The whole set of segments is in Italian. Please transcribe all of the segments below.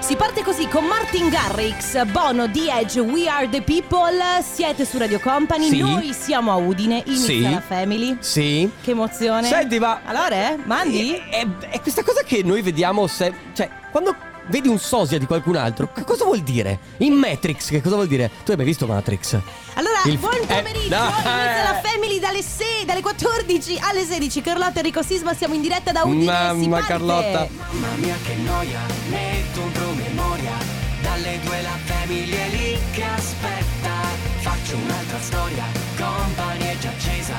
Si parte così con Martin Garrix, Bono, The Edge, We Are The People, siete su Radio Company, Sì. noi siamo a Udine, inizia Sì. la Family. Sì. Che emozione. Senti, ma- Allora, eh? Mandi? È, è- è questa cosa che noi vediamo se. Cioè, quando vedi un sosia di qualcun altro, che cosa vuoi? vuol dire? In Matrix, che cosa vuol dire? Tu hai mai visto Matrix? Allora, Il- buon eh, pomeriggio, no, inizia eh. la Family dalle 6, dalle 14 alle 16. Carlotta Enrico Sisma, siamo in diretta da Udine. si Mamma parte. Carlotta. Mamma mia che noia, metto un promemoria Dalle due la famiglia è lì che aspetta Faccio un'altra storia, compagnia è già accesa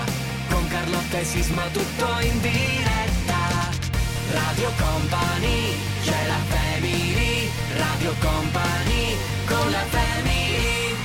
Con Carlotta e Sisma tutto in diretta Radio Company, c'è la family Radio Company, con la family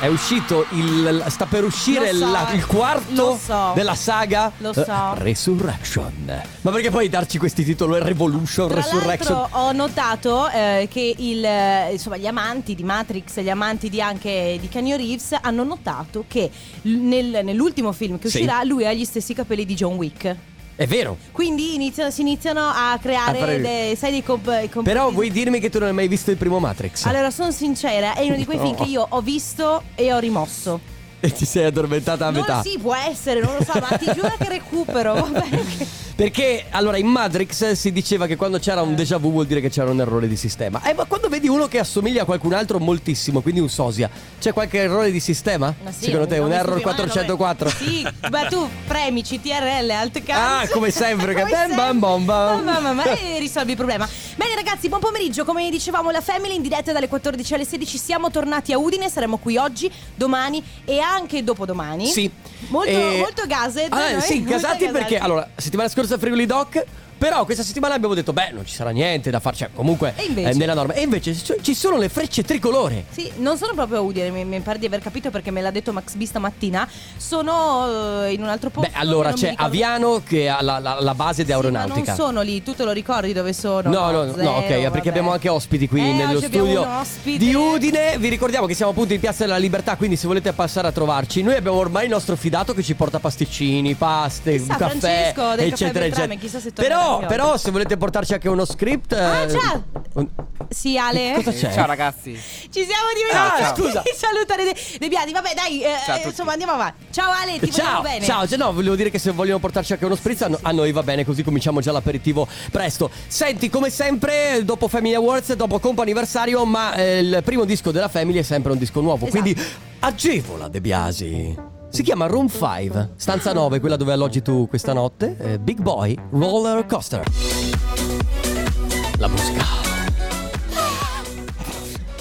È uscito il. sta per uscire Lo so, la- il quarto lo so. della saga Lo so. eh, Resurrection. Ma perché poi darci questi titoli? Revolution, Tra Resurrection. l'altro ho notato eh, che il, eh, insomma, gli amanti di Matrix, gli amanti di anche di Canyon Reeves hanno notato che l- nel- nell'ultimo film che Sì. uscirà lui ha gli stessi capelli di John Wick. È vero. Quindi iniziano- si iniziano a creare, A fare- dei- sai, dei comp- i comp- Però vuoi dirmi che tu non hai mai visto il primo Matrix? Allora, sono sincera, è uno di quei film No. che io ho visto e ho rimosso. E ti sei addormentata a non metà. Sì, può essere, non lo so, ma ti giuro che recupero. Vabbè, che- Perché allora in Matrix si diceva che quando c'era un déjà vu vuol dire che c'era un errore di sistema. Eh, ma quando vedi uno che assomiglia a qualcun altro moltissimo, quindi un sosia, c'è qualche errore di sistema? Ma sì, Secondo te, non un mi error stupisco, ma no, 404? beh, Sì, ma tu premi CTRL alt Ah, come sempre, che bam, bam, bam, bam. Mamma mia, e risolvi il problema. Bene ragazzi, buon pomeriggio. Come dicevamo, la Family in diretta dalle 14 alle 16. Siamo tornati a Udine, saremo qui oggi, domani e anche dopodomani. Sì. Molto, E- molto gase. Ah, noi, sì, eh? molto gasati perché gasati. allora, settimana scorsa Friuli Doc. Però questa settimana abbiamo detto, beh, non ci sarà niente da fare, cioè comunque E invece? eh, nella norma. E invece ci- ci sono le frecce tricolore. Sì, non sono proprio a Udine, mi, mi pare di aver capito perché me l'ha detto Max B stamattina. Sono eh, in un altro posto. Beh, allora cioè, non mi c'è ricordo- Aviano che ha la, la- la base di Sì, aeronautica. ma non sono lì, tu te lo ricordi dove sono? No, no, no, zero, ok, vabbè. perché abbiamo anche ospiti qui Eh, nello oggi abbiamo studio un ospite. di Udine. Vi ricordiamo che siamo appunto in Piazza della Libertà, quindi se volete passare a trovarci, noi abbiamo ormai il nostro fidato che ci porta pasticcini, paste, Chissà, un caffè, Francesco, del caffè eccetera, Beltrame, eccetera. chissà se tornerà anche però, oggi. però se volete portarci anche uno script Ah, eh, già! un- Sì, Ale. Cosa c'è? Eh, Ciao ragazzi. Ci siamo dimenticati Ah, scusa. di salutare De, De Biasi. Vabbè, dai, eh, Ciao a tutti. insomma, andiamo avanti. Ciao Ale, ti vogliamo Ciao, bene. ciao, cioè, no, volevo dire che se vogliono portarci anche uno spritz, a no- a noi va bene, così cominciamo già l'aperitivo presto. Senti, come sempre, dopo Family Awards, dopo Compa Anniversario, ma eh, il primo disco della Family è sempre un disco nuovo, Esatto. quindi agevola De Biasi. Si chiama Room 5, stanza 9, quella dove alloggi tu questa notte, eh, Big Boy Roller Coaster. La musica,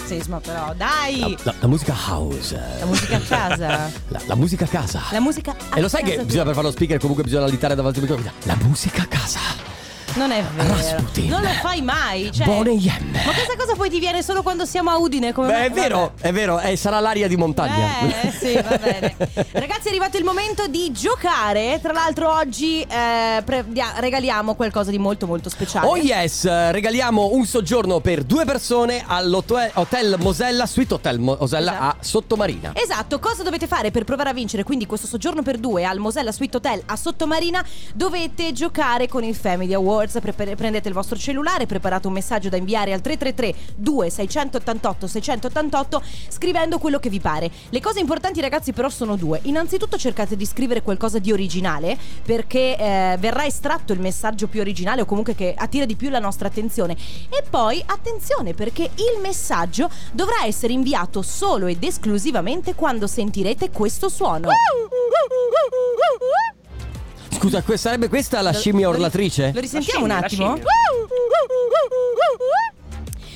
Sisma, però, la, dai. la- la musica house, La musica a casa. la, la musica a casa. La musica a e lo sai casa che tua. bisogna per farlo speaker comunque bisogna alitare davanti al microfono. La musica a casa. Non è vero. Rasputin. Non lo fai mai. Cioè... Bone Yem. Ma questa cosa poi ti viene solo quando siamo a Udine. Come Beh, me- è vero, vabbè. è vero, eh, sarà l'aria di montagna. Eh, sì, va bene. Ragazzi, è arrivato il momento di giocare. Tra l'altro, oggi eh, pre- dia- regaliamo qualcosa di molto, molto speciale. Oh yes, eh, regaliamo un soggiorno per due persone all'hotel Mosella, Suite Hotel Mosella Esatto. a Sottomarina. Esatto, cosa dovete fare per provare a vincere? Quindi questo soggiorno per due al Mosella Suite Hotel a Sottomarina dovete giocare con il Family Awards. Pre- prendete il vostro cellulare, preparate un messaggio da inviare al 333 2688 688 scrivendo quello che vi pare. Le cose importanti ragazzi però sono due. Innanzitutto cercate di scrivere qualcosa di originale perché eh, verrà estratto il messaggio più originale o comunque che attira di più la nostra attenzione. E poi attenzione perché il messaggio dovrà essere inviato solo ed esclusivamente quando sentirete questo suono. Scusa, que- sarebbe questa la Lo- scimmia lo ri- orlatrice? Lo risentiamo La un scimmia, attimo? la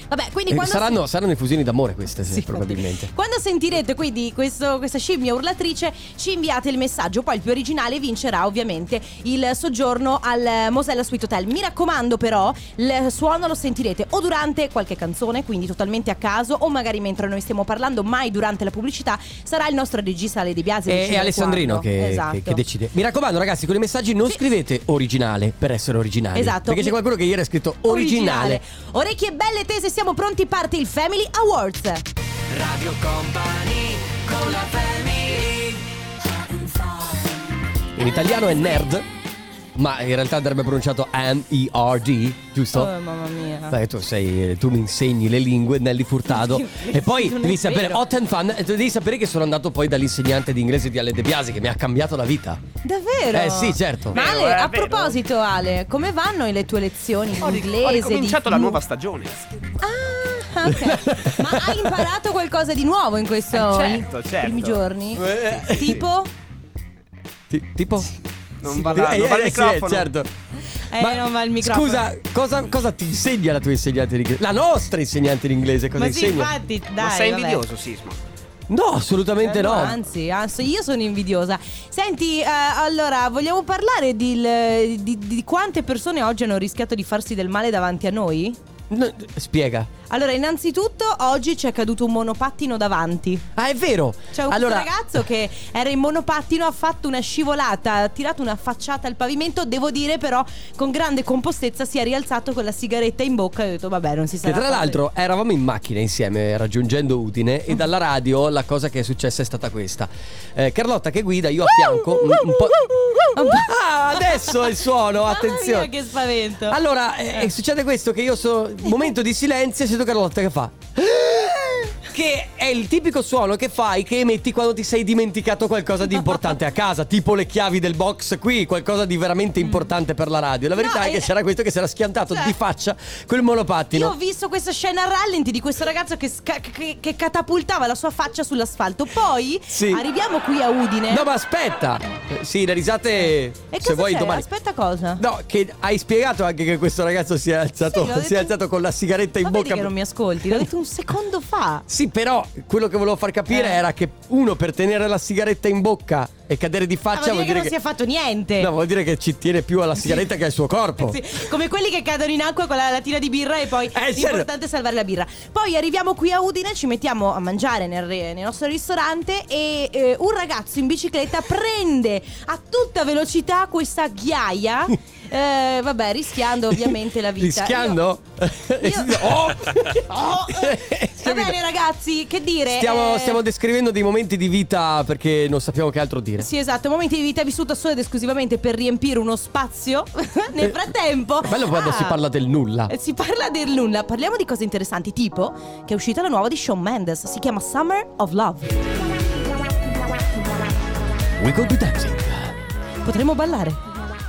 Vabbè, quindi Eh, quando saranno, saranno effusioni d'amore queste, sì, Sì, probabilmente. Quando sentirete quindi questo- questa scimmia urlatrice, ci inviate il messaggio. Poi il più originale vincerà ovviamente il soggiorno al eh, Mosella Suite Hotel. Mi raccomando, però, il suono lo sentirete o durante qualche canzone, quindi totalmente a caso, o magari mentre noi stiamo parlando, mai durante la pubblicità. Sarà il nostro regista Ale Di Biasi. a E, e decidere Alessandrino quando. che, che- esatto. che decide. Mi raccomando, ragazzi, con i messaggi non scrivete originale per essere originali. Esatto. Perché c'è qualcuno che ieri ha scritto originale. Orecchie belle tese, siamo pronti, parte il Family Awards. Radio Company, con la family In italiano è nerd. ma in realtà andrebbe pronunciato M-E-R-D, giusto? Oh, mamma mia. Beh, tu, sei, tu mi insegni le lingue, Nelly Furtado. e poi Non è devi sapere, vero. hot and fun, eh, devi sapere che sono andato poi dall'insegnante di inglese di Ale De Biasi che mi ha cambiato la vita. Davvero? Eh, sì, certo. Ma Vero, Ale, eh, a vero. proposito, Ale, come vanno le tue lezioni in Ho, ri- inglese? ho ricominciato di la flu- nuova stagione. Ah, ok. Ma hai imparato qualcosa di nuovo in questi Eh, certo, certo. primi giorni? Eh, Tipo? Ti- tipo... Non va là, Eh, non va eh, il sì, eh, microfono. certo. Eh, non va il microfono. Scusa, cosa, cosa ti insegna la tua insegnante di inglese? La nostra insegnante di inglese cosa Ma sì, insegna? infatti, dai. Ma sei vabbè. invidioso, Sisma? No, assolutamente Eh, no, no. Anzi, anzi, io sono invidiosa. Senti, eh, allora, vogliamo parlare di, di- di quante persone oggi hanno rischiato di farsi del male davanti a noi? No, spiega. Allora, innanzitutto, oggi ci è caduto un monopattino davanti. Ah, è vero. C'è un allora, ragazzo che era in monopattino, ha fatto una scivolata, ha tirato una facciata al pavimento. Devo dire, però, con grande compostezza si è rialzato con la sigaretta in bocca e ha detto: Vabbè, non si Che sarà. tra fatto". l'altro eravamo in macchina insieme raggiungendo Udine e dalla radio la cosa che è successa è stata questa. Eh, Carlotta che guida, io a fianco un, un po'... Un po'- Ah, adesso è il suono, Mamma attenzione. mia, che spavento. Allora, eh, eh, succede questo che io sono... Momento di silenzio e sento Carlotta che fa... Che è il tipico suono che fai, che emetti quando ti sei dimenticato qualcosa di importante a casa, tipo le chiavi del box qui, qualcosa di veramente importante per la radio. La verità Mm. No, è che eh, c'era questo che si era schiantato cioè, di faccia col monopattino. Io ho visto questa scena a rallenti di questo ragazzo che, sca- che- che catapultava la sua faccia sull'asfalto. Poi Sì. arriviamo qui a Udine. No, ma aspetta! Eh, Sì, le risate. e cosa se vuoi c'era? domani. Aspetta cosa? No, che hai spiegato anche che questo ragazzo si è alzato, Sì, l'ho si è detto- alzato con la sigaretta in Ma vedi bocca. che non mi ascolti, l'ho detto un secondo fa. Sì, però quello che volevo far capire Eh. era che uno per tenere la sigaretta in bocca e cadere di Ah, faccia vuol dire che non si è che. fatto niente. No, vuol dire che ci tiene più alla sigaretta che al suo corpo. Sì, come quelli che cadono in acqua con la latina di birra e poi certo. l'importante è salvare la birra. Poi arriviamo qui a Udine, ci mettiamo a mangiare nel, re- nel nostro ristorante e eh, un ragazzo in bicicletta prende a tutta velocità questa ghiaia. eh, vabbè, rischiando ovviamente la vita. Rischiando? Io- Oh! Io- Oh, eh. Va bene ragazzi, che dire? Stiamo, eh, stiamo descrivendo dei momenti di vita perché non sappiamo che altro dire. Sì, esatto, momenti di vita vissuta solo ed esclusivamente per riempire uno spazio. Nel Eh, frattempo. È bello quando Ah, si parla del nulla. eh, Si parla del nulla, parliamo di cose interessanti, tipo che è uscita la nuova di Shawn Mendes, si chiama Summer of Love. We go to dancing. Potremmo ballare.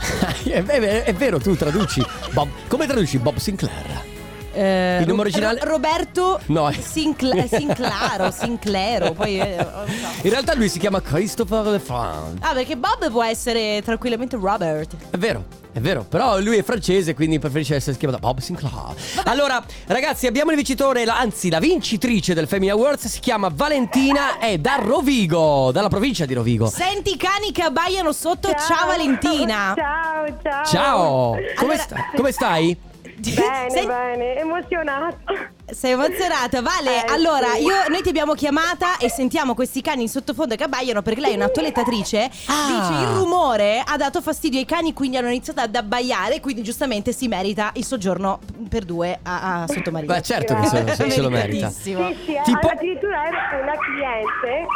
è, è- è vero, tu traduci. Bob, come traduci Bob Sinclair? Eh, Il nome Ro- originale- Ro- Roberto No. Sincla- eh, Sinclaro, Sinclero, poi eh, non so. In realtà lui si chiama Christopher Lefranc. Ah, perché Bob può essere tranquillamente Robert. È vero, è vero, però lui è francese, quindi preferisce essere chiamato Bob Sinclair. Allora, ragazzi, abbiamo il vincitore, la- anzi la vincitrice del Family Awards, si chiama Valentina, è da Rovigo, dalla provincia di Rovigo. Senti i cani che abbaiano sotto, ciao, Valentina. Ciao, ciao. Ciao, come, Allora- sta- come stai? Bene, Sen- bene, emozionata. Sei emozionata, Vale? Eh, allora, sì. io, noi ti abbiamo chiamata e sentiamo questi cani in sottofondo che abbaiano perché lei è una toilettatrice. Ah. Dice il rumore ha dato fastidio ai cani, quindi hanno iniziato ad abbaiare. Quindi, giustamente, si merita il soggiorno per due a, a Sottomarino. Beh, certo che se, se- se lo merita. Meritatissimo. Sì, sì, eh, Ti po- addirittura ero una cliente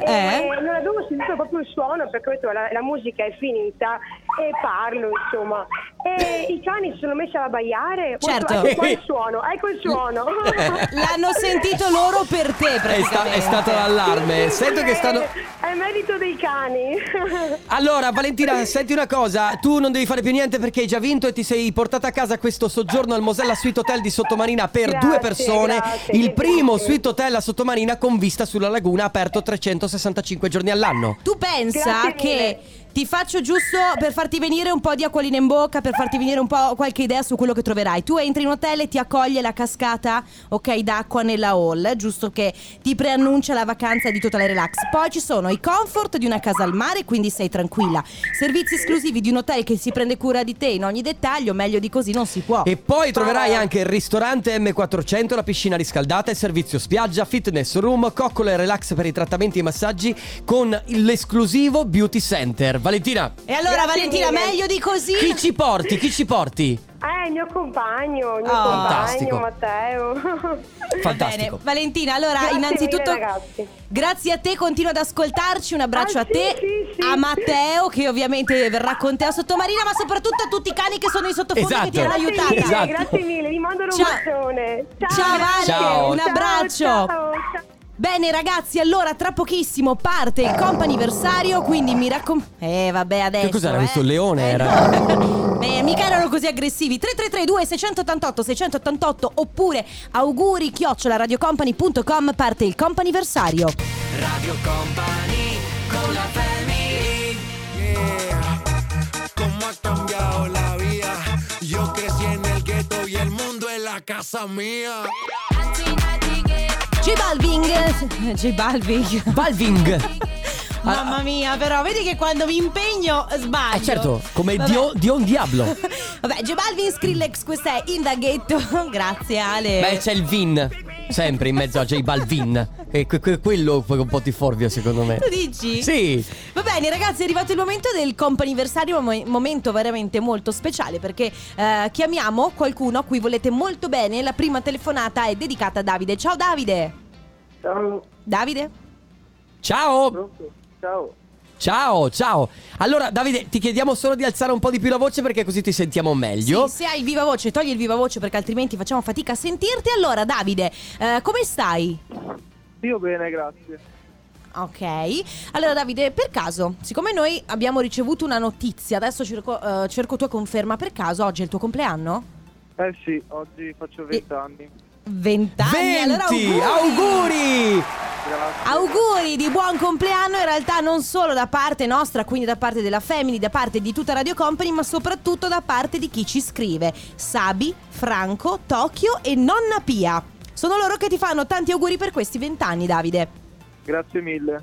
e Eh? non avevo sentito proprio il suono perché ho detto la, la musica è finita e parlo, insomma. E i cani si sono messi ad abbaiare. Ho detto, Certo. Ecco qua il suono, ecco il suono. L'hanno sentito loro per te, È, sta- praticamente. è stato l'allarme, Sì, sento che è- stanno... È merito dei cani. Allora, Valentina, senti una cosa, tu non devi fare più niente perché hai già vinto e ti sei portata a casa questo soggiorno al Mosella Suite Hotel di Sottomarina per Grazie, due persone, grazie, il grazie. primo Suite Hotel a Sottomarina con vista sulla laguna aperto 365 giorni all'anno. Tu pensa Grazie mille. che ti faccio giusto per farti venire un po' di acquolina in bocca, per farti venire un po' qualche idea su quello che troverai. Tu entri in hotel e ti accoglie la cascata, ok, d'acqua nella hall, giusto che ti preannuncia la vacanza di Total Relax. Poi ci sono i comfort di una casa al mare, quindi sei tranquilla. Servizi esclusivi di un hotel che si prende cura di te in ogni dettaglio, meglio di così non si può. E poi troverai anche il ristorante M400, la piscina riscaldata, il servizio spiaggia, fitness room, coccole e relax per i trattamenti e i massaggi con l'esclusivo beauty center. Valentina, E allora Grazie Valentina, mille. meglio di così? chi ci porti? Chi ci porti? Eh, Eh, il mio compagno, il mio Oh. Ah, Fantastico. compagno Matteo. Fantastico. Bene, Valentina, allora Grazie innanzitutto mille, ragazzi. grazie a te, continua ad ascoltarci, un abbraccio Ah, a sì, te, sì, sì. a Matteo che ovviamente verrà con te a Sottomarina, ma soprattutto a tutti i cani che sono in sottofondo Esatto. che ti hanno Grazie aiutata. mille, Esatto. Grazie mille, vi mando un Ciao. bacione. Ciao, Vale, Ciao. un abbraccio. ciao, ciao. Bene ragazzi, allora tra pochissimo parte il comp'anniversario, quindi mi raccomando... Eh vabbè adesso... Che cos'era eh. questo leone? Eh, Era- no. Beh, mica erano così aggressivi. 3332 688 688 oppure auguri chiocciola radiocompany.com parte il comp'anniversario. Radio Company con la family. Yeah. ¿Cómo ha cambiado la vida? Yo crecí en el gueto y el mundo es la casa mía. J Balvin. J Balvin. Balving. Mamma mia, però vedi che quando mi impegno sbaglio. Eh certo, come Vabbè. Eh. Dio, Dion Diablo. Vabbè, J Balvin Skrillex, questo è Indaghetto. Grazie Ale. Beh, c'è il Vin. Sempre in mezzo a J Balvin. E que- que- quello poi un po' ti forbia, secondo me. Tu dici? Sì. Va bene ragazzi, è arrivato il momento del comp'anniversario, un momento veramente molto speciale perché eh, chiamiamo qualcuno a cui volete molto bene. La prima telefonata è dedicata a Davide. Ciao Davide. Ciao, Davide? Ciao. pronto? Ciao. Ciao, ciao. Allora, Davide, ti chiediamo solo di alzare un po' di più la voce perché così ti sentiamo meglio. Sì, se hai il viva voce, togli il viva voce perché altrimenti facciamo fatica a sentirti. Allora Davide, eh, come stai? Io bene, grazie. Ok, allora Davide, per caso, siccome noi abbiamo ricevuto una notizia, adesso cerco, eh, cerco tua conferma, per caso oggi è il tuo compleanno? Eh sì, oggi faccio 20 anni. 20 anni, allora 20! Auguri! Grazie. Auguri di buon compleanno, in realtà non solo da parte nostra, quindi da parte della Family, da parte di tutta Radio Company, ma soprattutto da parte di chi ci scrive. Sabi, Franco, Tokyo e Nonna Pia. Sono loro che ti fanno tanti auguri per questi vent'anni, Davide. Grazie mille.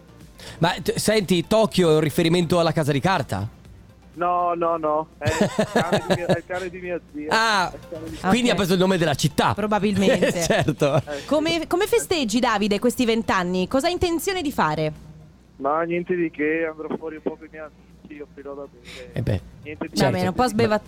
Ma t- senti, Tokyo è un riferimento alla casa di carta? No, no, no. È il cane di mia, è il cane di mia zia. Ah, È il cane di- quindi Ok. ha preso il nome della città. Probabilmente. certo. eh, sì. Come, come festeggi, Davide, questi vent'anni? Cosa hai intenzione di fare? Ma niente di che, andrò fuori un po' con i miei amici, io offrirò da bere. Eh beh, Niente di Certo. Va bene, un po' sbeva...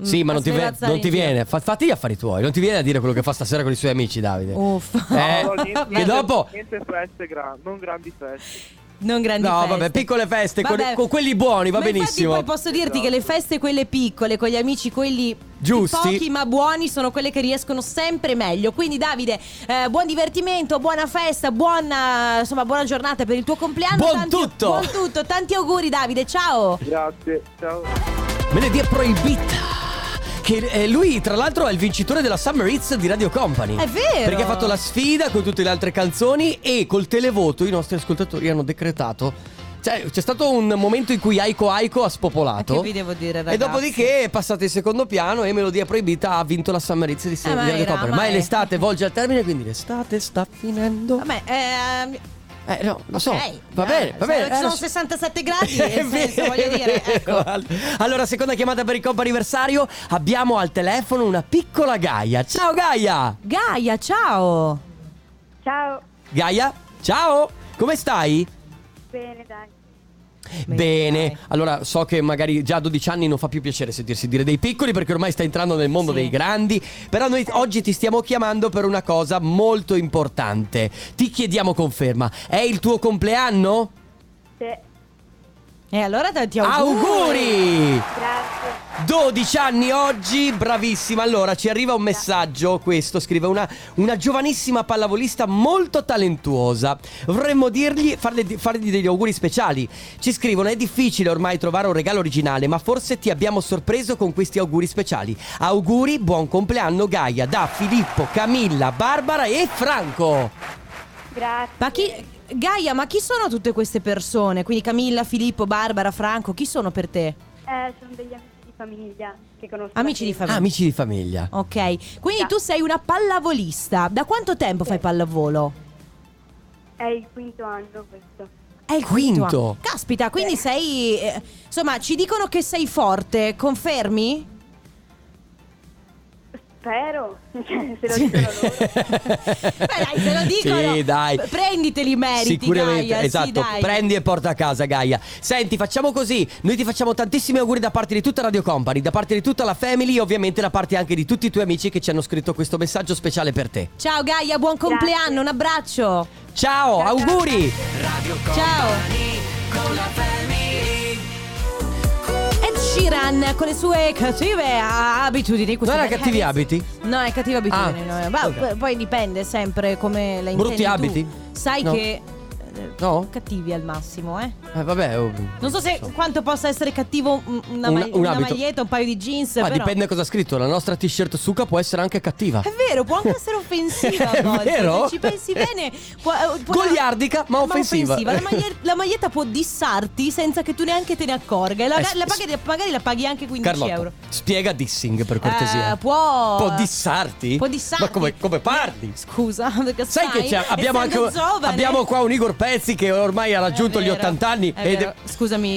Sì, ma un non po' ti, ve- sbevazzare non ti in giro. viene. Fa- fatti gli affari tuoi. Non ti viene a dire quello che fa stasera con i suoi amici, Davide. Oh, Uff. Eh, No, no, niente- che dopo. Niente feste, gran- non grandi feste. Non grandi No, feste. vabbè, piccole feste con- Vabbè. con quelli buoni, va Ma benissimo. Infatti, poi posso dirti che le feste, quelle piccole, con gli amici, quelli Giusti. pochi ma buoni, sono quelle che riescono sempre meglio. Quindi, Davide, eh, buon divertimento, buona festa, buona, insomma, buona giornata per il tuo compleanno. Buon Tanti- tutto. Buon tutto, tanti auguri, Davide. Ciao. Grazie, ciao. Venerdì è proibita. Che eh, lui, tra l'altro, è il vincitore della Summer Hits di Radio Company. È vero. Perché ha fatto la sfida con tutte le altre canzoni e col televoto i nostri ascoltatori hanno decretato. Cioè, c'è stato un momento in cui Aiko Aiko ha spopolato. Eh, Che vi devo dire, E ragazzi? dopodiché è passata in secondo piano e Melodia Proibita ha vinto la Summer Hits di, di Eh, ma Radio era, Company. ma Ma è è. l'estate, volge al termine, quindi l'estate sta finendo. Vabbè, ehm, Eh, no, lo so. ok, Va dai, bene, va se bene. non Eh, Ci lo sono so. 67 gradi, È nel senso, vero, voglio dire, è ecco. vero. Allora, seconda chiamata per il compo anniversario. Abbiamo al telefono una piccola Gaia. Ciao Gaia! Gaia, ciao. Ciao, Gaia, ciao! Come stai? bene dai. Bene, dai. allora so che magari già a 12 anni non fa più piacere sentirsi dire dei piccoli perché ormai sta entrando nel mondo Sì. dei grandi, però noi oggi ti stiamo chiamando per una cosa molto importante. Ti chiediamo conferma, è il tuo compleanno? Sì, E allora tanti Auguri! grazie. 12 anni oggi, bravissima. Allora ci arriva un messaggio, questo scrive una, una giovanissima pallavolista molto talentuosa. Vorremmo dirgli, farle- fargli degli auguri speciali. Ci scrivono: È difficile ormai trovare un regalo originale, ma forse ti abbiamo sorpreso con questi auguri speciali. Auguri, buon compleanno, Gaia, da Filippo, Camilla, Barbara e Franco. Grazie. Ma chi. Gaia, ma chi sono tutte queste persone? Quindi Camilla, Filippo, Barbara, Franco, chi sono per te? Eh, sono degli amici di famiglia che conosco. da Amici di sempre. famiglia. Amici di famiglia. Ok, quindi Già. tu sei una pallavolista. Da quanto tempo fai pallavolo? È il quinto anno questo. È il Quinto. anno. Caspita, quindi sei. eh, insomma, ci dicono che sei forte, confermi? spero, Cioè, se lo dicono loro. Beh, dai, te lo dicono. Sì, dai. P- Prenditeli i meriti, Sicuramente, Gaia, sì, esatto. dai. Prendi e porta a casa, Gaia. Senti, facciamo così: noi ti facciamo tantissimi auguri da parte di tutta Radio Company, da parte di tutta la family e ovviamente da parte anche di tutti i tuoi amici che ci hanno scritto questo messaggio speciale per te. Ciao Gaia, buon compleanno, un abbraccio. Ciao, auguri! Ciao. Ed Sheeran con le sue cattive a- abitudini. questo Non era per cattivi Harris. abiti? No, è cattiva abitudine. Ah, no. Ma ok. p- Poi dipende sempre come la intendi Brutti tu. abiti? Sai No. che... eh, No? Cattivi al massimo, eh. Eh, vabbè, oh, Non so se quanto possa essere cattivo un- una, Un- ma- un una abito. maglietta, un paio di jeans. Ma però- Eh, dipende cosa ha scritto. La nostra t-shirt suca può essere anche cattiva. È vero, può anche essere offensiva È a volte. vero? Se ci pensi bene, può, eh, può- Goliardica, ma offensiva. La, maglie- la maglietta può dissarti senza che tu neanche te ne accorga. E la, Eh, s- la paghi- magari la paghi anche 15 Carlotta, euro. spiega dissing per cortesia. Eh, può. Può dissarti? Può dissarti. Ma come, come parli? Scusa, perché Sai che c'è, abbiamo, anche, essendo giovane- abbiamo qua un Igor Pezzi che ormai ha raggiunto È gli vero, 80 anni. è ed è- vero. Scusami,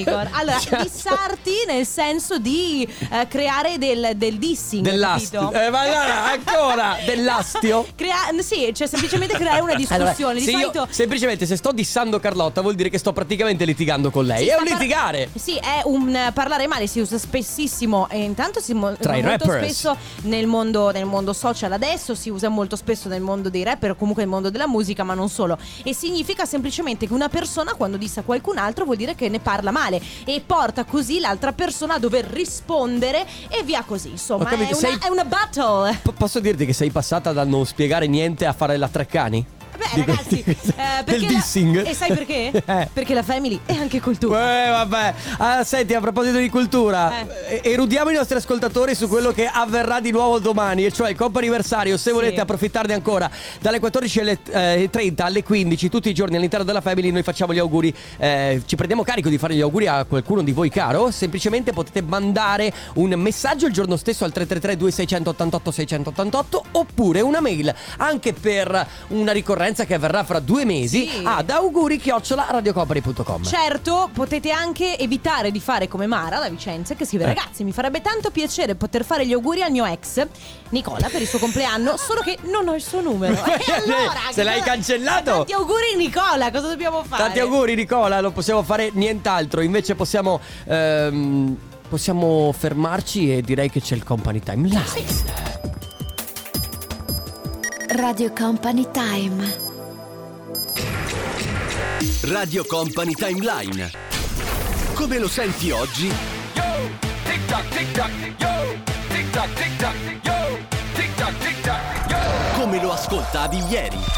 Igor. Allora, Cioè, dissarti nel senso di eh, creare del, del dissing. Dell'astio. capito? Eh, ma guarda, ancora, dell'astio? Crea- sì, cioè semplicemente creare una discussione. Allora, Di se io- solito. semplicemente se sto dissando Carlotta vuol dire che sto praticamente litigando con lei. si Eh, è sta un par- litigare. Sì, è un eh, parlare male, si usa spessissimo. E intanto si mo- Tra i molto rappers. spesso nel mondo, nel mondo social adesso, si usa molto spesso nel mondo dei rapper, o comunque nel mondo della musica, ma non solo. E significa semplicemente che una persona quando dissa qualcun altro vuol dire che ne parla male e porta così l'altra persona a dover rispondere e via così. Insomma, Ho capito, è, una, sei- è una battle. P- posso dirti che sei passata da non spiegare niente a fare la Treccani? Beh, Di ragazzi, questi- eh, perché del la- dissing. E sai perché? Eh. Perché la family è anche cultura. Eh, vabbè. Ah, senti, a proposito di cultura, eh, erudiamo i nostri ascoltatori su quello che avverrà di nuovo domani, e cioè il comp'anniversario. Se volete approfittarne ancora, dalle 14 alle eh, 30 alle 15, tutti i giorni all'interno della Family, noi facciamo gli auguri. eh, ci prendiamo carico di fare gli auguri a qualcuno di voi caro. Semplicemente potete mandare un messaggio il giorno stesso al 333-2688-688 oppure una mail anche per una ricorrenza che avverrà fra due mesi Sì. ad auguri Certo, potete anche evitare di fare come Mara da Vicenza che scrive Eh. Ragazzi, mi farebbe tanto piacere poter fare gli auguri al mio ex Nicola per il suo compleanno, solo che non ho il suo numero. E allora, Se l'hai cosa- cancellato? Tanti auguri Nicola, cosa dobbiamo fare? Tanti auguri Nicola, non possiamo fare nient'altro, invece possiamo, ehm, possiamo fermarci e direi che c'è il company time live. Radio Company Time. Radio Company Timeline. Come lo senti oggi? Come lo ascoltavi ieri? Eh?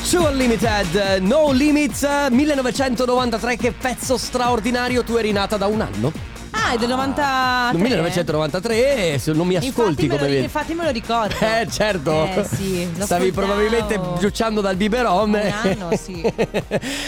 Su Unlimited, eh, No Limits, eh, 1993, che pezzo straordinario, tu eri nata da un anno? Ah, è del 93 1993, eh, se non mi ascolti infatti me, lo, come ri- vedi. infatti me lo ricordo Eh certo, Eh sì, lo stavi ascoltavo. probabilmente giucciando dal biberon. Un anno, sì.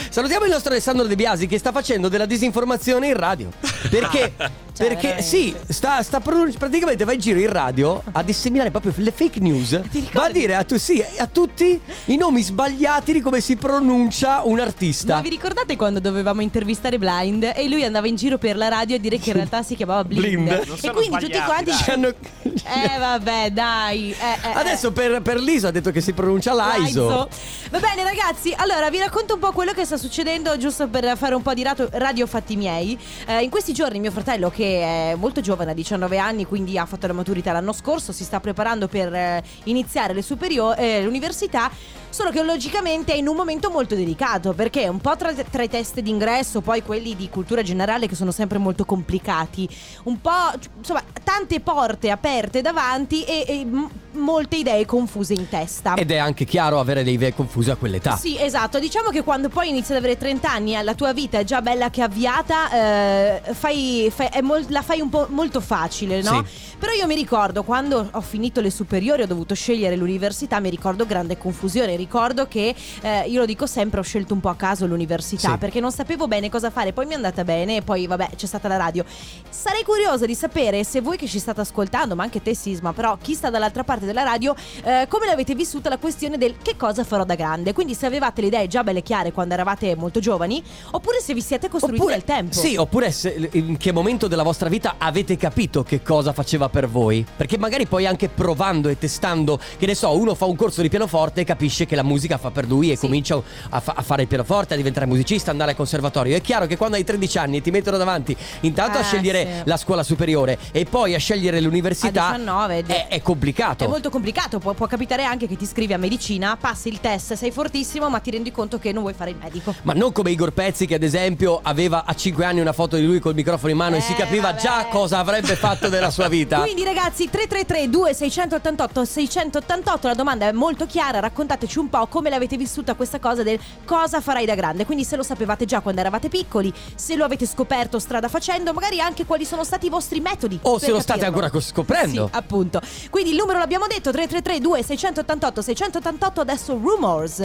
Salutiamo il nostro Alessandro De Biasi che sta facendo della disinformazione in radio. Perché? Cioè, perché veramente. sì, sta, sta pr- praticamente va in giro in radio a disseminare proprio le fake news. Va a dire a, tu- sì, a tutti i nomi sbagliati di come si pronuncia un artista. Ma vi ricordate quando dovevamo intervistare Blind e lui andava in giro per la radio a dire che in realtà si chiamava Blind? Blind. Non E quindi tutti quanti Ci hanno- Eh vabbè, dai. eh, eh, eh. Adesso per, per l'ISO ha detto che si pronuncia l'ISO. Laiso. Va bene ragazzi, allora vi racconto un po' quello che sta succedendo giusto per fare un po' di rato- radio fatti miei. Eh, in questi giorni mio fratello che è molto giovane, ha 19 anni, quindi ha fatto la maturità l'anno scorso, si sta preparando per eh, iniziare le superio- eh, l'università, solo che logicamente è in un momento molto delicato perché un po' tra, tra i test d'ingresso, poi quelli di cultura generale che sono sempre molto complicati, un po' insomma tante porte aperte davanti e, e m- molte idee confuse in testa. Ed è anche chiaro avere dei idee confuse a quell'età. Sì, esatto. Diciamo che quando poi inizi ad avere 30 anni e la tua vita è già bella che avviata, eh, fai- fai- è mol- la fai un po' molto facile, no? Però io mi ricordo quando ho finito le superiori, ho dovuto scegliere l'università, mi ricordo grande confusione. ricordo che eh, io lo dico sempre, ho scelto un po' a caso l'università Sì. perché non sapevo bene cosa fare, poi mi è andata bene e poi vabbè c'è stata la radio. Sarei curiosa di sapere se voi che ci state ascoltando, ma anche te Sisma, però chi sta dall'altra parte della radio, eh, come l'avete vissuta la questione del che cosa farò da grande. Quindi se avevate le idee già belle chiare quando eravate molto giovani, oppure se vi siete costruiti nel tempo. Sì, oppure se- in che momento della vostra vita avete capito che cosa faceva per voi. Perché magari poi anche provando e testando, che ne so, uno fa un corso di pianoforte e capisce che la musica fa per lui e comincia a, fa- a fare il pianoforte, a diventare musicista, andare al conservatorio. È chiaro che quando hai 13 anni ti mettono davanti intanto a Eh, scegliere sì. la scuola superiore e poi a scegliere l'università. A 19, è, è complicato. È molto complicato, può, può capitare anche che ti iscrivi a medicina, passi il test, sei fortissimo, ma ti rendi conto che non vuoi fare il medico. Ma non come Igor Pezzi che ad esempio aveva a 5 anni una foto di lui col microfono in mano Eh, e si capiva vabbè. già cosa avrebbe fatto della sua vita. Quindi ragazzi 333 2688 688 la domanda è molto chiara, raccontateci un po' come l'avete vissuta questa cosa del cosa farai da grande, quindi se lo sapevate già quando eravate piccoli, se lo avete scoperto strada facendo, magari anche quali sono stati i vostri metodi. O per se lo state capirlo. ancora co- scoprendo. Sì, appunto. Quindi il numero l'abbiamo detto 333 2688 688 adesso rumors.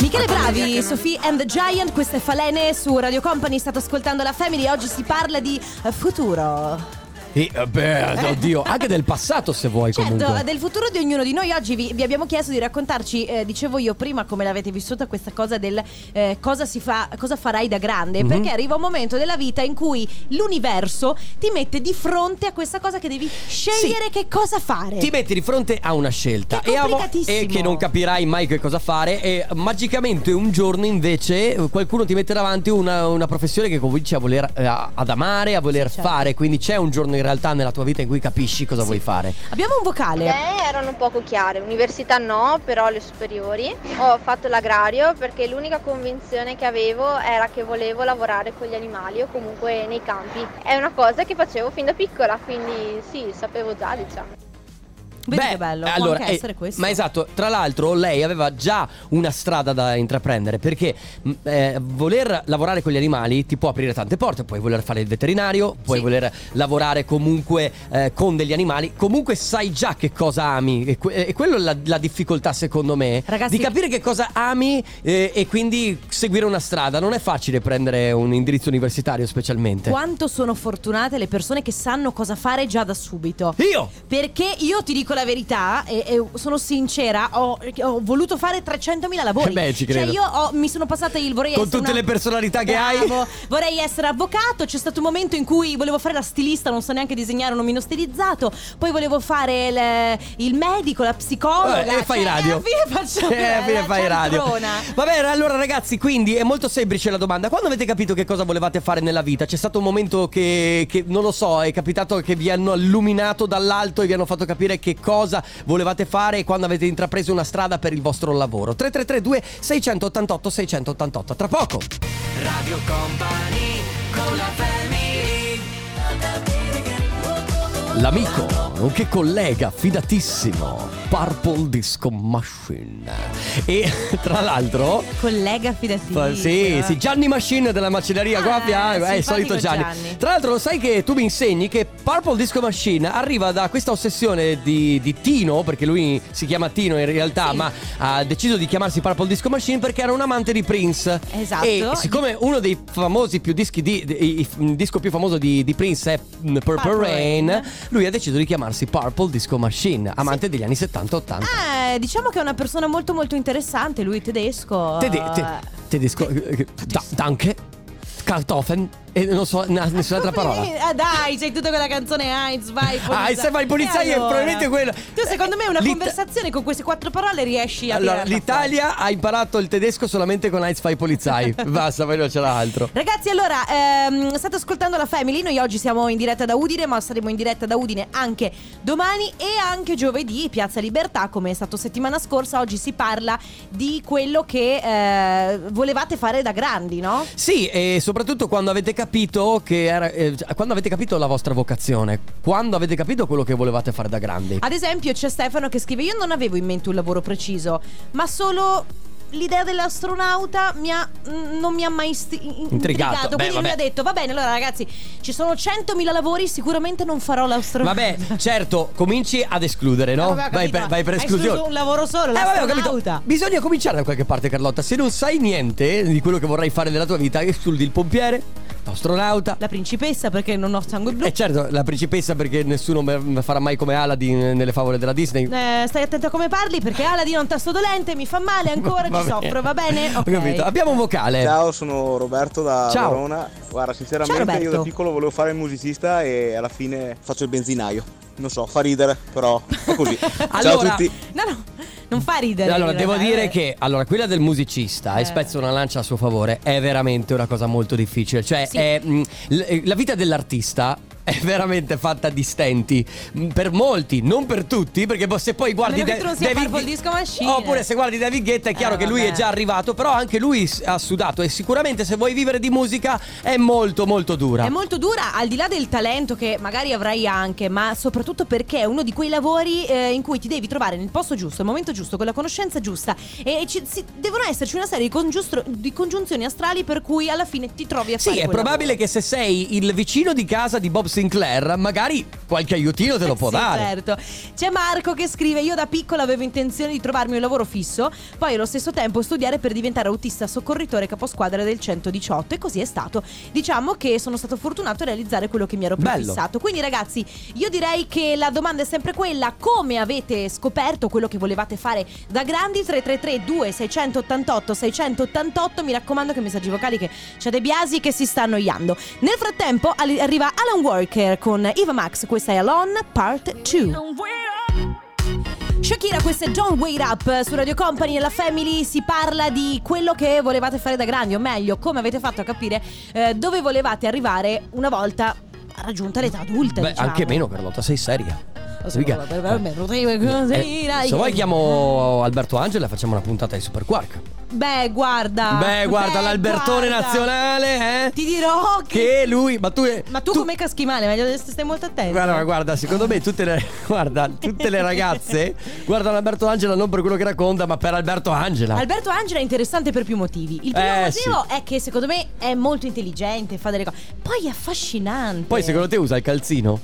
Michele Bravi, Sophie and the Giant, queste falene su Radio Company, state ascoltando la Family, oggi si parla di eh, futuro. E eh, beh, oddio, anche del passato se vuoi Certo, comunque. del futuro di ognuno di noi oggi vi, vi abbiamo chiesto di raccontarci, eh, dicevo io prima come l'avete vissuta questa cosa del eh, cosa, si fa, cosa farai da Mhm. grande, perché arriva un momento della vita in cui l'universo ti mette di fronte a questa cosa che devi scegliere che cosa fare. Ti metti di fronte a una scelta Che e, a vo- complicatissimo. e che non capirai mai che cosa fare e magicamente un giorno invece eh, qualcuno ti mette davanti una, una professione che cominci a voler eh, a- ad amare, a voler Sì, certo. fare, quindi c'è un giorno in realtà nella tua vita in cui capisci cosa vuoi fare. Abbiamo un vocale. Beh, erano poco chiare, università no, però le superiori. Ho fatto l'agrario perché l'unica convinzione che avevo era che volevo lavorare con gli animali o comunque nei campi. È una cosa che facevo fin da piccola, quindi sì, sapevo già, diciamo. Vedi Beh, che bello, può allora, anche eh, essere questo. Ma esatto, tra l'altro lei aveva già una strada da intraprendere perché mh, eh, voler lavorare con gli animali ti può aprire tante porte, puoi voler fare il veterinario, puoi Sì. voler lavorare comunque eh, con degli animali, comunque sai già che cosa ami e, que- e quello è la, la difficoltà secondo me Ragazzi- di capire che cosa ami eh, e quindi seguire una strada, non è facile prendere un indirizzo universitario specialmente. Quanto sono fortunate le persone che sanno cosa fare già da subito. Io! Perché io ti dico la verità e, e sono sincera, ho, ho voluto fare 300.000 lavori. Eh beh, ci credo. Cioè io ho- mi sono passata il vorrei Con essere tutte una- le personalità che hai. Bravo. Vorrei essere avvocato, c'è stato un momento in cui volevo fare la stilista, non so neanche disegnare un omino stilizzato, poi volevo fare il, il medico, la psicologa. Eh, e fai Cioè, radio. alla fine faccio Eh, alla fine la fai radio. cialtrona. Va bene, allora ragazzi, quindi è molto semplice la domanda. Quando avete capito che cosa volevate fare nella vita? C'è stato un momento che, che, non lo so, è capitato che vi hanno illuminato dall'alto e vi hanno fatto capire che cosa volevate fare e quando avete intrapreso una strada per il vostro lavoro. 3332 688 688. Tra poco. Radio Company con la family L'amico, nonché collega fidatissimo, Purple Disco Machine. E tra l'altro Collega fidatissimo. Fa- Sì, sì, Gianni Machine della macelleria Ah, qua a fianco, eh, simpatico il solito Gianni. Gianni. Tra l'altro lo sai che tu mi insegni che Purple Disco Machine arriva da questa ossessione di, di Tino, perché lui si chiama Tino in realtà, Sì. ma ha deciso di chiamarsi Purple Disco Machine perché era un amante di Prince. Esatto. E siccome uno dei famosi più dischi di, di- il disco più famoso di, di Prince è mm, Purple, Purple Rain, Rain. lui ha deciso di chiamarsi Purple Disco Machine, amante degli anni 70-80. Ah, diciamo che è una persona molto molto interessante, lui tedesco. Tede- te- Ah. tedesco. eh, da- danke. Kartoffeln. E non so na- nessun'altra parola. Ah, Ah dai, c'è tutta quella canzone Heinz, vai polizia. Heinz, vai, polizia, E è probabilmente quella. Tu secondo me una L'Ita- conversazione con queste quattro parole riesci a Allora, tirarla l'Italia ha imparato il tedesco solamente con Heinz Fai Polizai. Basta, poi non c'era altro. Ragazzi, allora, ehm, state ascoltando la Family, noi oggi siamo in diretta da Udine, ma saremo in diretta da Udine anche domani e anche giovedì, Piazza Libertà, come è stato settimana scorsa, oggi si parla di quello che eh, volevate fare da grandi, no? Sì, e soprattutto quando avete capito che era, eh, quando avete capito la vostra vocazione, quando avete capito quello che volevate fare da grandi. Ad esempio c'è Stefano che scrive io non avevo in mente un lavoro preciso, ma solo l'idea dell'astronauta mi ha- mh, non mi ha mai sti- in- intrigato. Intrigato, beh, Quindi lui vabbè. ha detto: Va bene, allora, ragazzi, ci sono 100.000 lavori, sicuramente non farò l'astronauta. Vabbè, certo, cominci ad escludere, no? Eh, vabbè, vai, ho capito. per, vai per Hai esclusione. escluso un lavoro solo, Eh, vabbè, ho capito. l'astronauta. Bisogna cominciare da qualche parte, Carlotta. Se non sai niente di quello che vorrai fare della tua vita, escludi il pompiere, l'astronauta. La principessa, perché non ho sangue blu. E certo, la principessa perché nessuno me- me farà mai come Aladdin nelle favole della Disney. Eh, stai attento a come parli perché Aladdin è un tasto dolente, mi fa male ancora, Va ci bene. soffro, va bene? Ho Eh, Ok. capito. Abbiamo un vocale. Ciao, sono Roberto da Eh. Ciao. Verona. Guarda, Ciao, sinceramente Roberto. io da piccolo volevo fare il musicista e alla fine faccio il benzinaio. Non so, fa ridere, però fa così. Ciao Allora, a tutti. No, no, non fa ridere. Allora, in devo realtà, dire eh. che allora, quella del musicista, Eh. e spezzo una lancia a suo favore, è veramente una cosa molto difficile. Cioè, Sì. è, mh, l- eh, la vita dell'artista è veramente fatta di stenti. Mh, Per molti, non per tutti, perché bo- se poi guardi. meno che tu non sia Purple Ghe- Disco Machine. Oppure se guardi David Guetta è chiaro Eh, che lui vabbè. è già arrivato, però anche lui s- ha sudato. E sicuramente se vuoi vivere di musica è molto, molto dura. È molto dura, al di là del talento che magari avrai anche, ma soprattutto perché è uno di quei lavori eh, in cui ti devi trovare nel posto giusto, al momento giusto, con la conoscenza giusta. E ci- si- devono esserci una serie di, congiustro- di congiunzioni astrali per cui alla fine ti trovi a Sì, fare. è quel probabile lavoro. che se sei il vicino di casa di Bob Sinclair, magari qualche aiutino te lo può Sì, dare. Certo. C'è Marco che scrive: Io da piccola avevo intenzione di trovarmi un lavoro fisso, poi allo stesso tempo studiare per diventare autista soccorritore caposquadra del 118. E così è stato. Diciamo che sono stato fortunato a realizzare quello che mi ero Bello. prefissato. Quindi, ragazzi, io direi che la domanda è sempre quella: come avete scoperto quello che volevate fare da grandi? 333 2688 688 Mi raccomando che messaggi vocali che c'è Cioè, De Biasi che si sta annoiando. Nel frattempo alli- arriva Alan Walker con Eva Max, questa è Alone Part 2. Shakira, questo è John Wait Up su Radio Company nella Family si parla di quello che volevate fare da grandi, o meglio, come avete fatto a capire eh, dove volevate arrivare una volta raggiunta l'età adulta. Beh, diciamo. anche meno, Carlotta, sei seria. Lo so, Mica- vabbè, vabbè, potevo così, Eh, dai. se vuoi chiamo Alberto Angela e facciamo una puntata di Super Quark. Beh, guarda. Beh, guarda, Ah, Beh, l'Albertone guarda. nazionale, eh? Ti dirò che. Che lui, ma tu Ma tu, come caschi male, meglio adesso stai molto attento. Guarda, guarda, secondo me tutte le, guarda, tutte le ragazze guardano Alberto Angela non per quello che racconta, ma per Alberto Angela. Alberto Angela è interessante per più motivi. Il primo Eh, motivo è che secondo me è molto intelligente, fa delle cose. Poi è affascinante. Poi secondo Eh. te usa il calzino?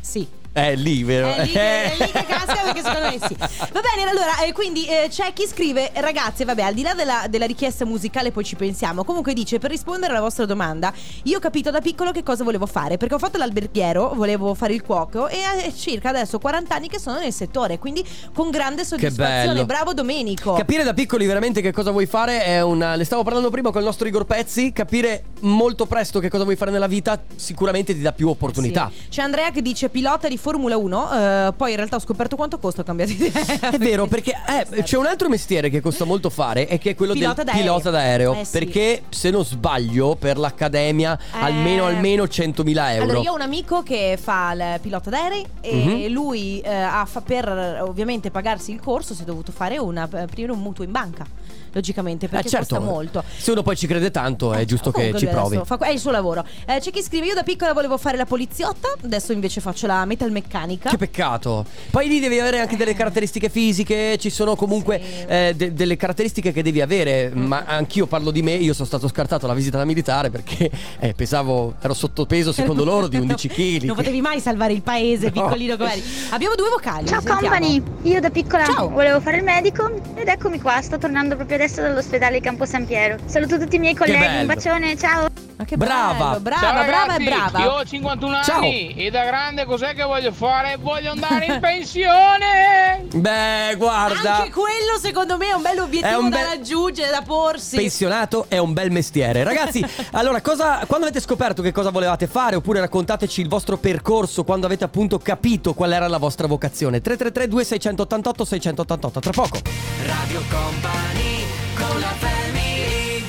Sì. È lì, vero? È lì, che, è lì che casca perché secondo me sì. Va bene, allora, eh, quindi eh, c'è chi scrive, ragazze, vabbè, al di là della, della richiesta musicale poi ci pensiamo. Comunque dice, per rispondere alla vostra domanda, io ho capito da piccolo che cosa volevo fare, perché ho fatto l'alberghiero, volevo fare il cuoco e eh, circa adesso 40 anni che sono nel settore, quindi con grande soddisfazione. bello. Bravo Domenico. Capire da piccoli veramente che cosa vuoi fare è una. Le stavo parlando prima con il nostro Igor Pezzi. Capire molto presto che cosa vuoi fare nella vita sicuramente ti dà più opportunità. Sì. C'è Andrea che dice pilota di Formula 1, eh, poi in realtà ho scoperto quanto costa, ho cambiato idea. È vero, perché eh, c'è un altro mestiere che costa molto fare e che è quello Pilota del d'aereo. pilota d'aereo. Eh, sì. Perché se non sbaglio, per l'accademia Eh. almeno almeno 100.000 euro. Eh, Allora, io ho un amico che fa il pilota d'aerei e Mhm. lui eh, ha fa- per eh, ovviamente pagarsi il corso si è dovuto fare una, aprire un mutuo in banca, logicamente, perché Eh, certo, costa molto. Se uno poi ci crede tanto, è giusto che Comunque ci lui adesso provi. fa- è il suo lavoro. Eh, c'è chi scrive: Io da piccola volevo fare la poliziotta, adesso invece faccio la metalmeccanica. Che peccato. Poi lì devi avere anche delle caratteristiche fisiche, ci sono comunque Eh. Sì. eh, de- delle caratteristiche che devi avere, ma anch'io parlo di me, io sono stato scartato alla visita da militare perché eh, pesavo, ero sottopeso secondo loro di 11 kg. Non potevi mai salvare il paese, No. piccolino come eri. Abbiamo due vocali. Ciao sentiamo. company, io da piccola Ciao. volevo fare il medico ed eccomi qua, sto tornando proprio adesso dall'ospedale di Campo San Piero. Saluto tutti i miei colleghi, bello. un bacione, ciao! Ma che Brava. bello, brava, brava e brava. ho 51 Ciao. anni e da grande cos'è che voglio fare? Voglio andare in pensione! Beh, guarda. Anche quello secondo me è un bel obiettivo È un da bel- raggiungere, da porsi. Pensionato è un bel mestiere. Ragazzi, allora, cosa, quando avete scoperto che cosa volevate fare? Oppure raccontateci il vostro percorso quando avete appunto capito qual era la vostra vocazione. 333 688 688 tra poco. Radio Company con la family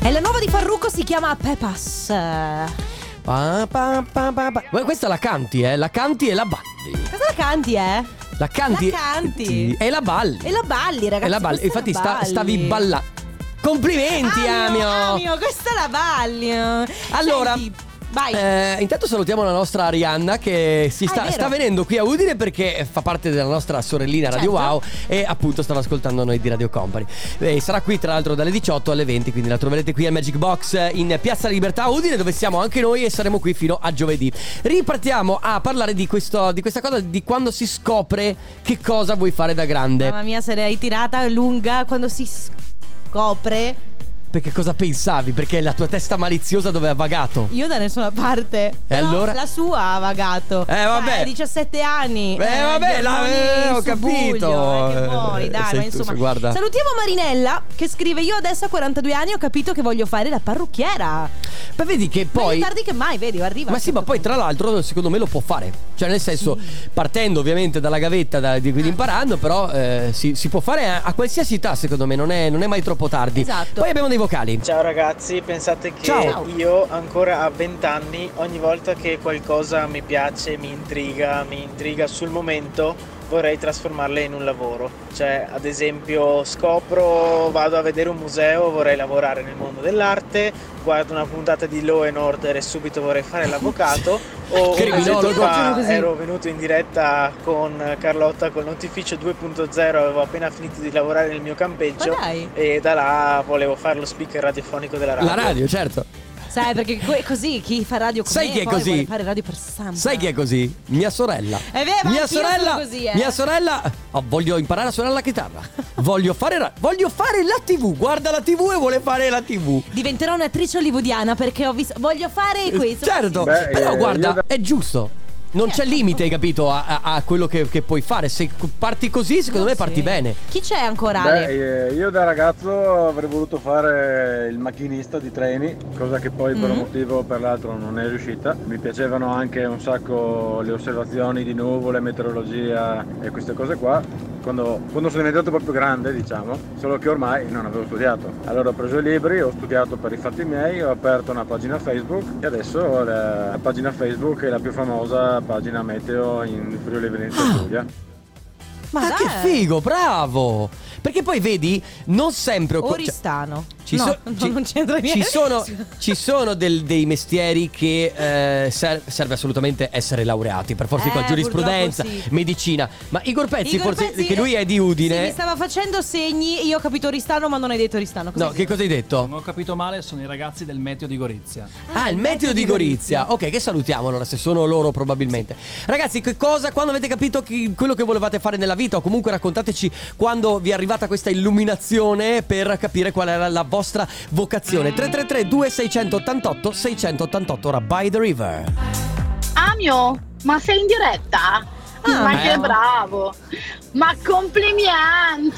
È la nuova di Farruco, si chiama Pepas. Cosa Pa, pa, pa, pa, pa. Ma Questa la canti, eh? La canti e la balli. la canti, eh? La canti, La canti. e la balli. E la balli, ragazzi. E la balli. questa Infatti, sta- balli. Ah, stavi ballando. Complimenti, Amio, Amio. Amio, questa la balli. Allora, Senti, Vai. Eh, intanto salutiamo la nostra Arianna che si Ah, è sta, vero. sta venendo qui a Udine perché fa parte della nostra sorellina Radio Certo. Wow e appunto stava ascoltando noi di Radio Company. Eh, sarà qui tra l'altro dalle 18 alle 20, quindi la troverete qui al Magic Box eh, in Piazza Libertà a Udine dove siamo anche noi e saremo qui fino a giovedì. Ripartiamo a parlare di, questo, di questa cosa di quando si scopre che cosa vuoi fare da grande. Mamma mia, se l'hai tirata lunga quando si scopre. Perché cosa pensavi? Perché la tua testa maliziosa dove ha vagato? Io da nessuna parte. Però allora? La sua ha vagato. Eh, vabbè. Dai, 17 anni. Eh, vabbè, la- eh, ho capito. Buglio, eh, che vuoi, Eh, dai, sei ma tu, insomma. se guarda. Salutiamo Marinella che scrive: Io adesso a 42 anni ho capito che voglio fare la parrucchiera. Ma vedi che poi. Meglio tardi che mai, vedi, arriva. Ma sì, ma poi tra l'altro secondo me lo può fare. Cioè nel senso, partendo ovviamente dalla gavetta, da, di, Ah. quindi imparando, però eh, si, si può fare a, a qualsiasi età secondo me, non è, non è mai troppo tardi. Esatto. Poi abbiamo dei vocali. Ciao ragazzi, pensate che Ciao. io ancora a 20 anni, ogni volta che qualcosa mi piace, mi intriga, mi intriga sul momento, vorrei trasformarla in un lavoro. Cioè, ad esempio, scopro, vado a vedere un museo, vorrei lavorare nel mondo dell'arte, guardo una puntata di Law and Order e subito vorrei fare l'avvocato. O un mesetto Criminologo. fa Così. ero venuto in diretta con Carlotta con Notificio 2.0, avevo appena finito di lavorare nel mio campeggio Ma dai. e da là volevo fare lo speaker radiofonico della radio. La radio, certo. Sai, perché que- così chi fa radio con Sai me chi è poi così? vuole fare radio per sempre. Sai chi è così? Mia sorella. È vero, mia anch'io sono sorella. così, eh. Mia sorella. Oh, voglio imparare a suonare la chitarra. voglio, fare ra- voglio fare la TV. Guarda la TV e vuole fare la TV. Diventerò un'attrice hollywoodiana perché ho visto. Voglio fare questo. Certo. Certo, però guarda, è giusto. Non c'è limite, hai capito, a, a- a quello che, che puoi fare. Se parti così, secondo me parti bene. Chi c'è ancora? Ale? Beh, eh, io da ragazzo avrei voluto fare il macchinista di treni, cosa che poi per un motivo o per l'altro non è riuscita. Mi piacevano anche un sacco le osservazioni di nuvole, meteorologia e queste cose qua. Quando, quando sono diventato proprio grande, diciamo, solo che ormai non avevo studiato. Allora ho preso i libri, ho studiato per i fatti miei, ho aperto una pagina Facebook e adesso la, la pagina Facebook è la più famosa pagina meteo in Friuli Venezia Giulia. Ma, che figo, bravo! Perché poi vedi, non sempre. cioè, Oristano. ci no, so- no, ci- non c'entra niente. Ci sono, ci sono del- dei mestieri che eh, ser- serve assolutamente essere laureati, per forza di Eh, qua, giurisprudenza, purtroppo sì. medicina. Ma Igor Pezzi, Igor Eh, forse, Pezzi- che lui è di Udine. Sì, mi stava facendo segni. Io ho capito Oristano, ma non hai detto Oristano. Cosa No, che cosa hai detto? Non ho capito male, sono i ragazzi del meteo di Gorizia. Ah, il meteo di Gorizia. Ok, che salutiamo allora, se sono loro probabilmente. Ragazzi, che cosa, quando avete capito chi- quello che volevate fare nella vita o comunque raccontateci quando vi è arrivata questa illuminazione per capire qual era la vostra vocazione. 333-2688-688, ora by the river. Amio, ma sei in diretta? ma che Eh. bravo! Ma complimenti!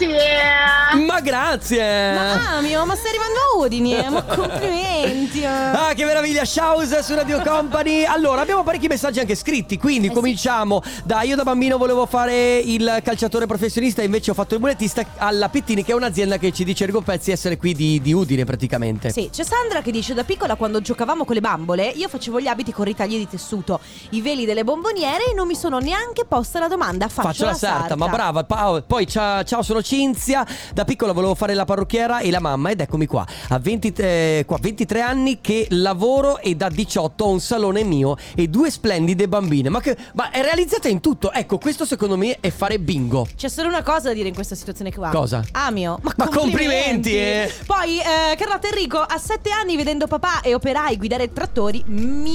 Ah. Ma grazie! Ma ah, mio, ma stai arrivando a Udine? eh, Ma complimenti. eh. Ah, che meraviglia, Shouse su Radio Company. Allora, abbiamo parecchi messaggi anche scritti, quindi Eh cominciamo da io da bambino volevo fare il calciatore professionista, invece ho fatto il mulettista alla Pettini, che è un'azienda che ci dice Ergo Pezzi essere qui di, di Udine praticamente. Sì, c'è Sandra che dice da piccola quando giocavamo con le bambole io facevo gli abiti con ritagli di tessuto, i veli delle bomboniere e non mi sono neanche posta la domanda. Faccio, Faccio la sarta, sarta, ma brava. pa- poi ciao, ciao, sono Cinzia. Da piccola volevo fare la parrucchiera e la mamma, ed eccomi qua. A 20 eh, qua, 23 anni che lavoro e da 18 ho un salone mio e due splendide bambine. Ma, che, ma è realizzata in tutto. Ecco, questo secondo me è fare bingo. C'è solo una cosa da dire in questa situazione qua. Cosa? Amio. Ma, Ma complimenti, eh. Poi, eh, Carlotta Enrico, a sette anni vedendo papà e operai guidare trattori,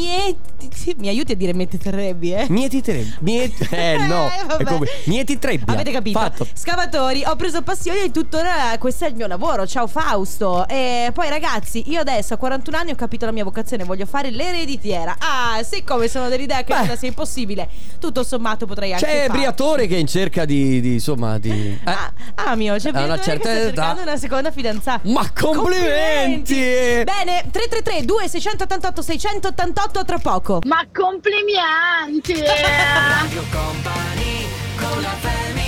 mieti- mi aiuti a dire mietiterebbi, eh? Mieti tre. Mieti, eh no. Eh, vabbè. è come, mieti trebbia. Avete capito? Fatto. Scavatori, ho preso passione e tuttora questo è il mio lavoro. Ciao Fausto. E poi ragazzi, io adesso a 41 anni ho capito la mia vocazione, voglio fare l'ereditiera. Ah, siccome sono dell'idea che nulla sia impossibile, tutto sommato potrei anche C'è farlo. Briatore che è in cerca di, di, insomma, di. eh. Ah mio, c'è Ha una Briatore certa che sta età. cercando una seconda fidanzata. Ma complimenti! Bene, 333 2688 688 tra poco. Ma complimenti! Con la family.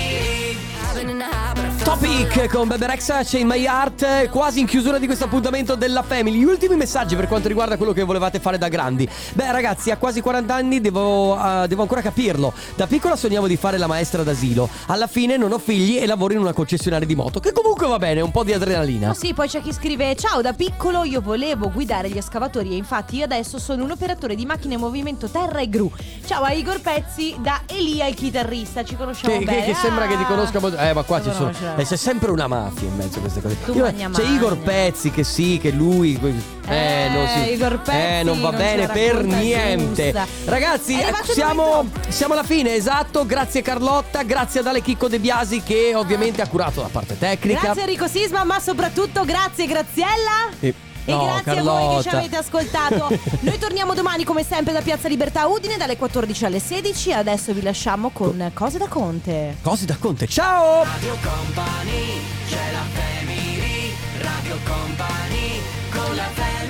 Top Topic con Bebe Rexha, Chain My Heart, quasi in chiusura di questo appuntamento della Family. Gli ultimi messaggi per quanto riguarda quello che volevate fare da grandi. Beh ragazzi, a quasi 40 anni devo, ah, devo ancora capirlo. Da piccola sognavo di fare la maestra d'asilo. Alla fine non ho figli e lavoro in una concessionaria di moto, che comunque va bene, un po' di adrenalina. Oh sì, poi c'è chi scrive: Ciao, da piccolo io volevo guidare gli escavatori e infatti io adesso sono un operatore di macchine in movimento terra e gru. Ciao a Igor Pezzi da Elia il chitarrista, ci conosciamo Che, che- bene. che sembra che ti Ah. conosca molto. Eh, ma qua ci sono. conosce. eh, c'è sempre una mafia in mezzo a queste cose. Tu Io- magna c'è magna. Igor Pezzi che sì, che lui. que- Eh, Eh, non si- Igor Pezzi eh, non va non ce bene la per racconta niente. giusta. Ragazzi, È eh, arrivato il siamo, siamo alla fine, esatto. Grazie Carlotta, grazie ad Ale Chicco De Biasi che ovviamente ha curato la parte tecnica. Grazie Enrico Sisma, ma soprattutto grazie Graziella. E- E no, grazie a voi Carlotta. che ci avete ascoltato. Noi torniamo domani come sempre da Piazza Libertà Udine dalle 14 alle 16. Adesso vi lasciamo con Cose da Conte. Cose da Conte, ciao! Radio Company, c'è la family, Radio Company, con la family.